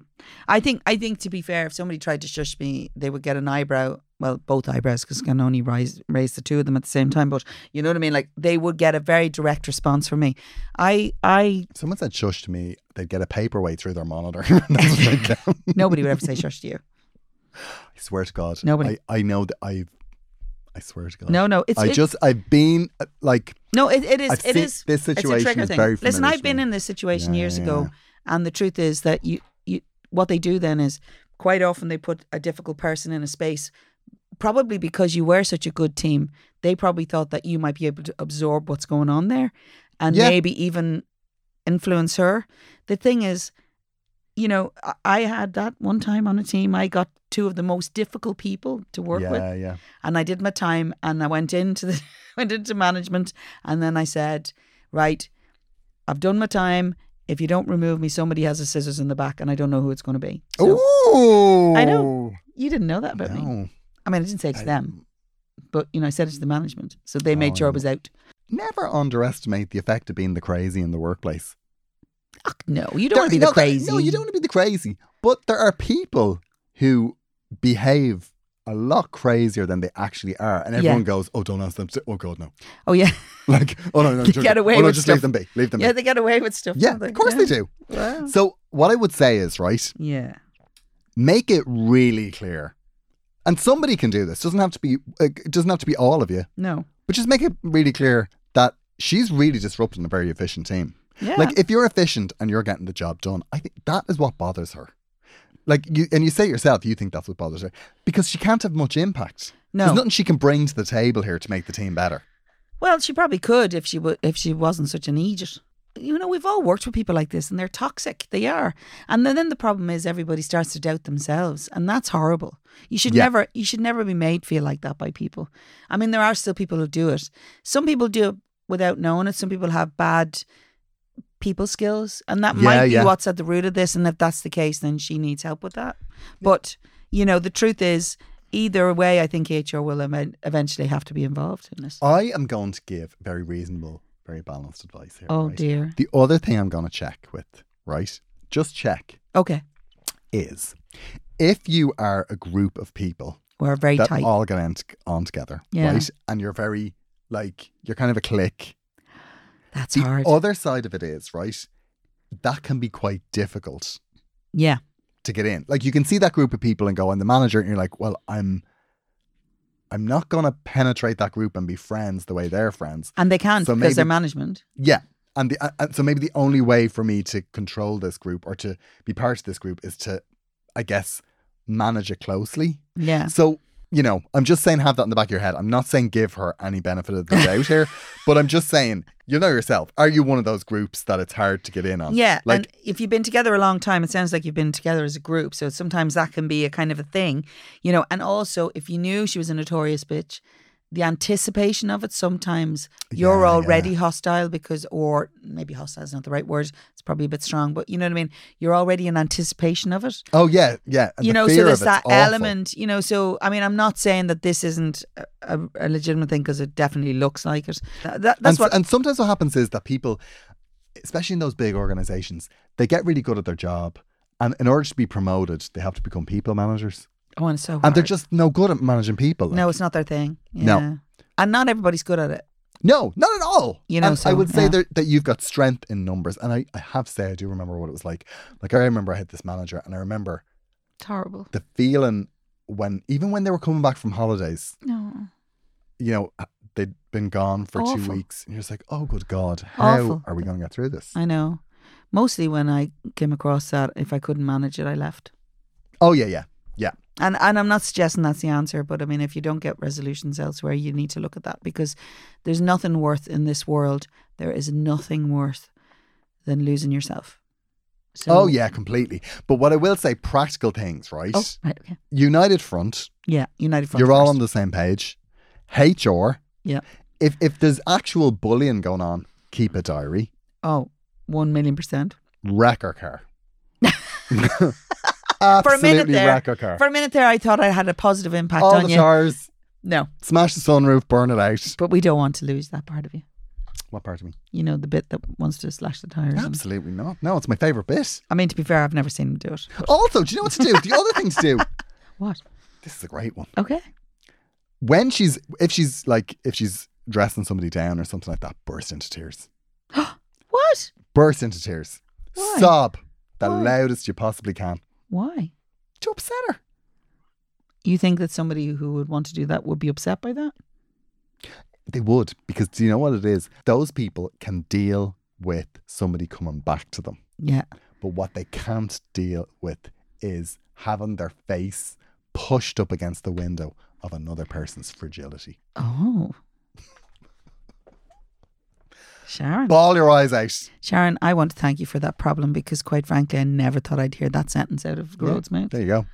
Speaker 4: I think I think to be fair, if somebody tried to shush me, they would get an eyebrow. Well, both eyebrows, because can only rise, raise the two of them at the same time. But you know what I mean. Like they would get a very direct response from me. I, I,
Speaker 5: If someone said shush to me, they'd get a paperweight through their monitor. That's what I'd get. I
Speaker 4: nobody would ever say shush to you.
Speaker 5: swear to God,
Speaker 4: Nobody.
Speaker 5: I, I know that I've. I swear to God.
Speaker 4: No, no, it's-
Speaker 5: I
Speaker 4: it's-
Speaker 5: just I've been uh, like
Speaker 4: No, it, it is.
Speaker 5: I've
Speaker 4: it
Speaker 5: seen-
Speaker 4: is.
Speaker 5: this
Speaker 4: it's
Speaker 5: situation
Speaker 4: a trigger
Speaker 5: is
Speaker 4: thing.
Speaker 5: very
Speaker 4: Listen,
Speaker 5: familiar
Speaker 4: I've
Speaker 5: to
Speaker 4: been
Speaker 5: me.
Speaker 4: in this situation
Speaker 5: Yeah,
Speaker 4: years
Speaker 5: yeah,
Speaker 4: ago,
Speaker 5: yeah.
Speaker 4: and the truth is that you, you, what they do then is quite often they put a difficult person in a space. Probably because you were such a good team, they probably thought that you might be able to absorb what's going on there, and
Speaker 5: Yeah.
Speaker 4: maybe even influence her. The thing is, you know, I- I had that one time on a team. I got two of the most difficult people to work
Speaker 5: yeah,
Speaker 4: with
Speaker 5: yeah.
Speaker 4: and I did my time and I went into the went into management and then I said, right, I've done my time. If you don't remove me, somebody has a scissors in the back and I don't know who it's going to be. So,
Speaker 5: Ooh,
Speaker 4: I know. You didn't know that about me.
Speaker 5: No,
Speaker 4: I mean, I didn't say it to
Speaker 5: I-
Speaker 4: them, but you know, I said it to the management. So they made
Speaker 5: Oh,
Speaker 4: sure I
Speaker 5: yeah.
Speaker 4: was out.
Speaker 5: never underestimate the effect of being the crazy in the workplace.
Speaker 4: Ugh, no, you don't want to be the
Speaker 5: no,
Speaker 4: crazy.
Speaker 5: No, you don't want to be the crazy. But there are people who behave a lot crazier than they actually are, and everyone goes, "Oh, don't ask them." to- Oh God, no!
Speaker 4: Oh yeah,
Speaker 5: Like, oh no, no,
Speaker 4: They
Speaker 5: joking.
Speaker 4: get away
Speaker 5: oh, no,
Speaker 4: with
Speaker 5: just
Speaker 4: stuff.
Speaker 5: leave them be. Leave them
Speaker 4: yeah,
Speaker 5: be.
Speaker 4: they get away with stuff.
Speaker 5: yeah,
Speaker 4: don't they?
Speaker 5: of course
Speaker 4: yeah.
Speaker 5: they do.
Speaker 4: Wow.
Speaker 5: So what I would say is right.
Speaker 4: Yeah.
Speaker 5: make it really clear. And somebody can do this. Doesn't have to be. It doesn't have to be all of you,
Speaker 4: No.
Speaker 5: but just make it really clear that she's really disrupting a very efficient team.
Speaker 4: Yeah.
Speaker 5: Like if you're efficient and you're getting the job done, I think that is what bothers her. Like you and you say it yourself, you think that's what bothers her because she can't have much impact.
Speaker 4: No.
Speaker 5: There's nothing she can bring to the table here to make the team better.
Speaker 4: Well, she probably could if she w- if she wasn't such an idiot. You know, we've all worked with people like this, and they're toxic. They are, and then, then the problem is everybody starts to doubt themselves, and that's horrible. You should
Speaker 5: Yeah.
Speaker 4: never you should never be made feel like that by people. I mean, there are still people who do it. Some people do it without knowing it. Some people have bad people skills, and that
Speaker 5: Yeah,
Speaker 4: might be
Speaker 5: yeah.
Speaker 4: what's at the root of this. And if that's the case, then she needs help with that. But you know, the truth is, either way, I think HR will ev- eventually have to be involved in this.
Speaker 5: I am going to give very reasonable, very balanced advice here.
Speaker 4: Oh
Speaker 5: right?
Speaker 4: dear.
Speaker 5: The other thing I'm going to check with, right? Just check
Speaker 4: Okay.
Speaker 5: is if you are a group of people
Speaker 4: We're very
Speaker 5: that
Speaker 4: tight.
Speaker 5: all get on, on together,
Speaker 4: Yeah.
Speaker 5: right? And you're very like you're kind of a clique.
Speaker 4: That's
Speaker 5: the
Speaker 4: hard.
Speaker 5: other side of it is right. That can be quite difficult
Speaker 4: yeah.
Speaker 5: to get in. Like you can see that group of people and go, and the manager, and you're like, well, I'm, I'm not gonna penetrate that group and be friends the way they're friends.
Speaker 4: And they can't
Speaker 5: So
Speaker 4: because they're
Speaker 5: maybe-
Speaker 4: management.
Speaker 5: Yeah. And, the, uh, uh, so maybe the only way for me to control this group or to be part of this group is to, I guess, manage it closely.
Speaker 4: Yeah.
Speaker 5: So, you know, I'm just saying have that in the back of your head. I'm not saying give her any benefit of the doubt here, but I'm just saying, you know yourself, are you one of those groups that it's hard to get in on?
Speaker 4: Yeah.
Speaker 5: Like,
Speaker 4: and if you've been together a long time, it sounds like you've been together as a group. So sometimes that can be a kind of a thing, you know. And also, if you knew she was a notorious bitch, the anticipation of it sometimes you're
Speaker 5: Yeah,
Speaker 4: already
Speaker 5: yeah.
Speaker 4: hostile because, or maybe hostile is not the right word. It's probably a bit strong, but you know what I mean? You're already in anticipation of it.
Speaker 5: oh, yeah, yeah. and
Speaker 4: you
Speaker 5: the
Speaker 4: know,
Speaker 5: fear
Speaker 4: so
Speaker 5: of
Speaker 4: there's
Speaker 5: it's
Speaker 4: that
Speaker 5: awful.
Speaker 4: element, you know. So, I mean, I'm not saying that this isn't a, a- a legitimate thing because it definitely looks like it. That, that- that's
Speaker 5: and,
Speaker 4: what.
Speaker 5: and sometimes what happens is that people, especially in those big organizations, they get really good at their job. And in order to be promoted, they have to become people managers.
Speaker 4: oh, and so
Speaker 5: And they're
Speaker 4: hard.
Speaker 5: just no good at managing people. like.
Speaker 4: no, it's not their thing.
Speaker 5: No.
Speaker 4: Yeah. and not everybody's good at it.
Speaker 5: No, not at all.
Speaker 4: You know,
Speaker 5: And I
Speaker 4: so,
Speaker 5: would say
Speaker 4: yeah.
Speaker 5: that, that you've got strength in numbers, and I, I have said I do remember what it was like. Like I remember I had this manager, and I remember
Speaker 4: It's horrible.
Speaker 5: the feeling when even when they were coming back from holidays,
Speaker 4: No,
Speaker 5: you know, uh, they'd been gone for two
Speaker 4: Awful.
Speaker 5: weeks, and you're just like, oh good god, how
Speaker 4: Awful. Uh,
Speaker 5: are we going to get through this?
Speaker 4: I know. Mostly when I came across that, if I couldn't manage it, I left.
Speaker 5: oh yeah, yeah, yeah,
Speaker 4: And and I'm not suggesting that's the answer, but I mean, if you don't get resolutions elsewhere, you need to look at that because there's nothing worth in this world. There is nothing worth than losing yourself. So,
Speaker 5: oh yeah, completely. But what I will say, practical things, right?
Speaker 4: Oh, right. Okay.
Speaker 5: United Front,
Speaker 4: Yeah. United Front.
Speaker 5: you're all on
Speaker 4: first.
Speaker 5: the same page. HR,
Speaker 4: Yeah.
Speaker 5: if if there's actual bullying going on, keep a diary.
Speaker 4: Oh, one million percent.
Speaker 5: wreck her car.
Speaker 4: For a minute
Speaker 5: Absolutely
Speaker 4: there.
Speaker 5: wreck her car.
Speaker 4: For a minute there, I thought I had a positive impact
Speaker 5: All
Speaker 4: on
Speaker 5: the
Speaker 4: you.
Speaker 5: tires,
Speaker 4: No,
Speaker 5: smash the sunroof, burn it out.
Speaker 4: but we don't want to lose that part of you.
Speaker 5: What part of me?
Speaker 4: You know, the bit that wants to slash the tires. and-
Speaker 5: Absolutely not. No, it's my favourite bit.
Speaker 4: I mean, to be fair, I've never seen him do it. but-
Speaker 5: Also, do you know what to do? The other thing to do.
Speaker 4: What?
Speaker 5: This is a great one.
Speaker 4: Okay.
Speaker 5: When she's, if she's like, if she's dressing somebody down or something like that, burst into tears.
Speaker 4: What?
Speaker 5: Burst into tears.
Speaker 4: Why?
Speaker 5: Sob the
Speaker 4: Why?
Speaker 5: loudest you possibly can
Speaker 4: Why?
Speaker 5: to upset her.
Speaker 4: You think that somebody who would want to do that would be upset by that?
Speaker 5: They would, because do you know what it is? Those people can deal with somebody coming back to them.
Speaker 4: Yeah.
Speaker 5: But what they can't deal with is having their face pushed up against the window of another person's fragility.
Speaker 4: Oh. Sharon.
Speaker 5: Ball your eyes out.
Speaker 4: Sharon, I want to thank you for that problem because, quite frankly, I never thought I'd hear that sentence out of Grode's mouth.
Speaker 5: There you go.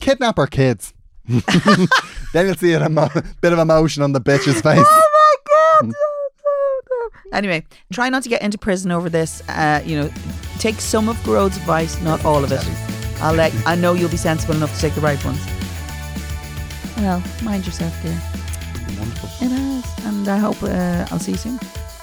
Speaker 5: Kidnap our kids. then you'll see a mo- bit of emotion on the bitch's face.
Speaker 4: Oh my god! anyway, try not to get into prison over this. Uh, you know, take some of Grode's advice, not all of it. I'll let. I know you'll be sensible enough to take the right ones. Well, mind yourself, dear.
Speaker 5: Wonderful.
Speaker 4: It has, and I hope uh, I'll see you soon.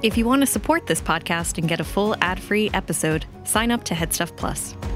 Speaker 1: If you want to support this podcast and get a full ad-free episode, sign up to Headstuff Plus.